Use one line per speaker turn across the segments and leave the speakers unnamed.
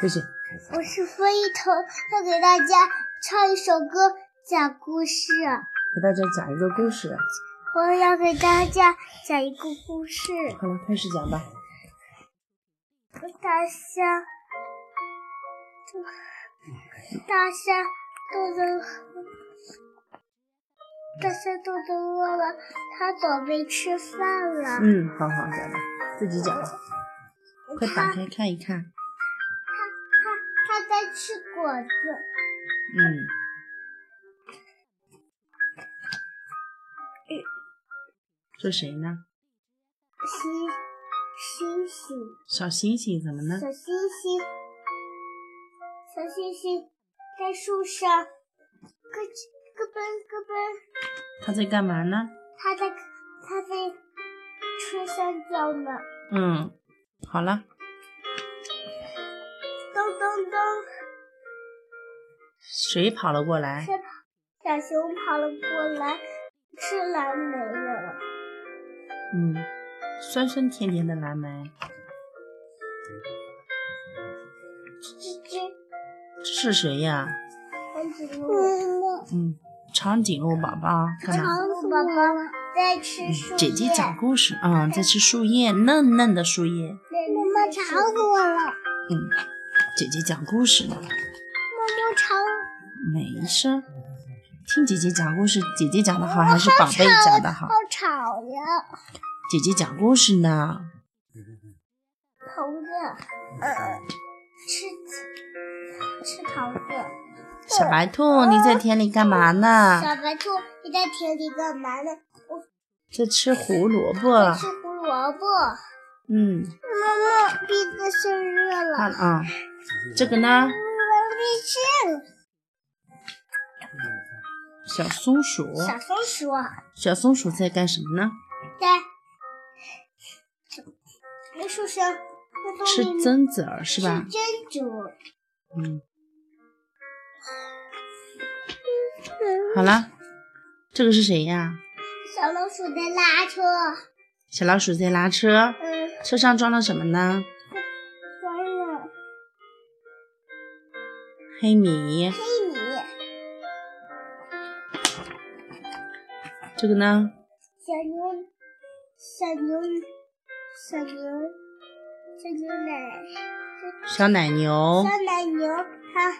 谢谢。
我是飞一头，要给大家唱一首歌，讲故事。
给大家讲一个故事，啊
我要给大家讲一个故事。
好了，开始讲吧。
大象，大象肚子，大象肚子饿了，它准备吃饭了。
嗯，好好讲吧，自己讲吧。快打
它
开看一看。
它它在吃果子，
嗯，这谁呢？
星星星。
小星星怎么呢？
小星星，小星星在树上咯吱咯嘣咯嘣，
它在干嘛呢？
它在它在吃香蕉呢。
嗯，好了，
咚咚咚，
谁跑了过来
吃？小熊跑了过来，吃蓝莓了。
嗯，酸酸甜甜的蓝莓，
吱吱，
这是谁呀？
长颈鹿，
嗯，长颈鹿宝宝干嘛？
长颈鹿宝宝在吃树叶。
嗯姐姐讲故事啊、嗯，在吃树叶，嫩嫩的树叶。
妈妈吵死我了！
嗯，姐姐讲故事呢，
妈妈吵，
没事儿。听姐姐讲故事，姐姐讲的好还是宝贝讲的好？
好吵呀！
姐姐讲故事呢，
猴子，呃，吃吃桃子。
小白兔，你在田里干嘛呢？
小白兔你在田里干嘛呢？
在吃胡萝
在
卜。
吃胡萝卜。妈
啊嗯，
妈，鼻子生热了，
看啊、这个呢，
我鼻
小松鼠，
子。小松鼠
小松鼠在干什么呢？
在那树上，那
吃
丛林
榛子儿是
吃
吧？
珍珠。
嗯，好了，这个是谁呀？
小老鼠在拉呃车，
小老鼠在拉车，
嗯，
车上装了什么呢？
完了，
黑米。
黑米，
这个呢？
小牛，小牛，小牛，小牛奶。
小奶牛
小奶牛它呃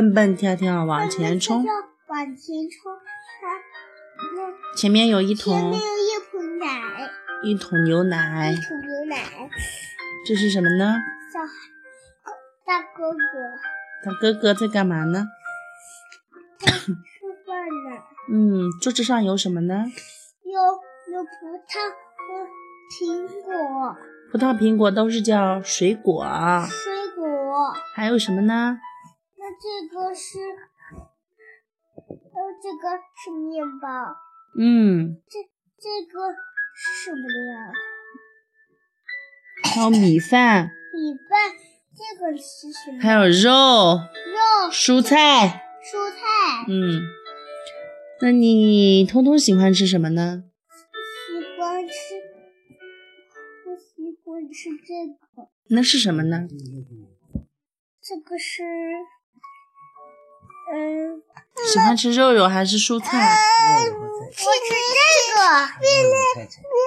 蹦蹦跳跳
慢
往
慢
前冲
地，往前冲，它那
前面有一
前面
桶
有一盆奶，
一桶牛奶
一，桶牛奶。
这是什么呢？
小狗大哥哥
他哥哥在干嘛呢？
吃饭呢，
嗯，桌子上有什么呢？
有有葡萄和苹果、
葡萄、苹果都是叫水果，
水果。
还有什么呢？
那这个是，呃，这个是面包，
嗯，
这个是什么呀？
还有米饭，
米饭，这个是什么？
还有肉、
肉、
蔬菜。
蔬菜。
嗯，那你通通喜欢吃什么呢？
喜欢吃，我喜欢吃这个，
那是什么呢？
嗯这个是，嗯，
喜欢吃肉肉还是蔬菜？
我吃这个，
我太丑了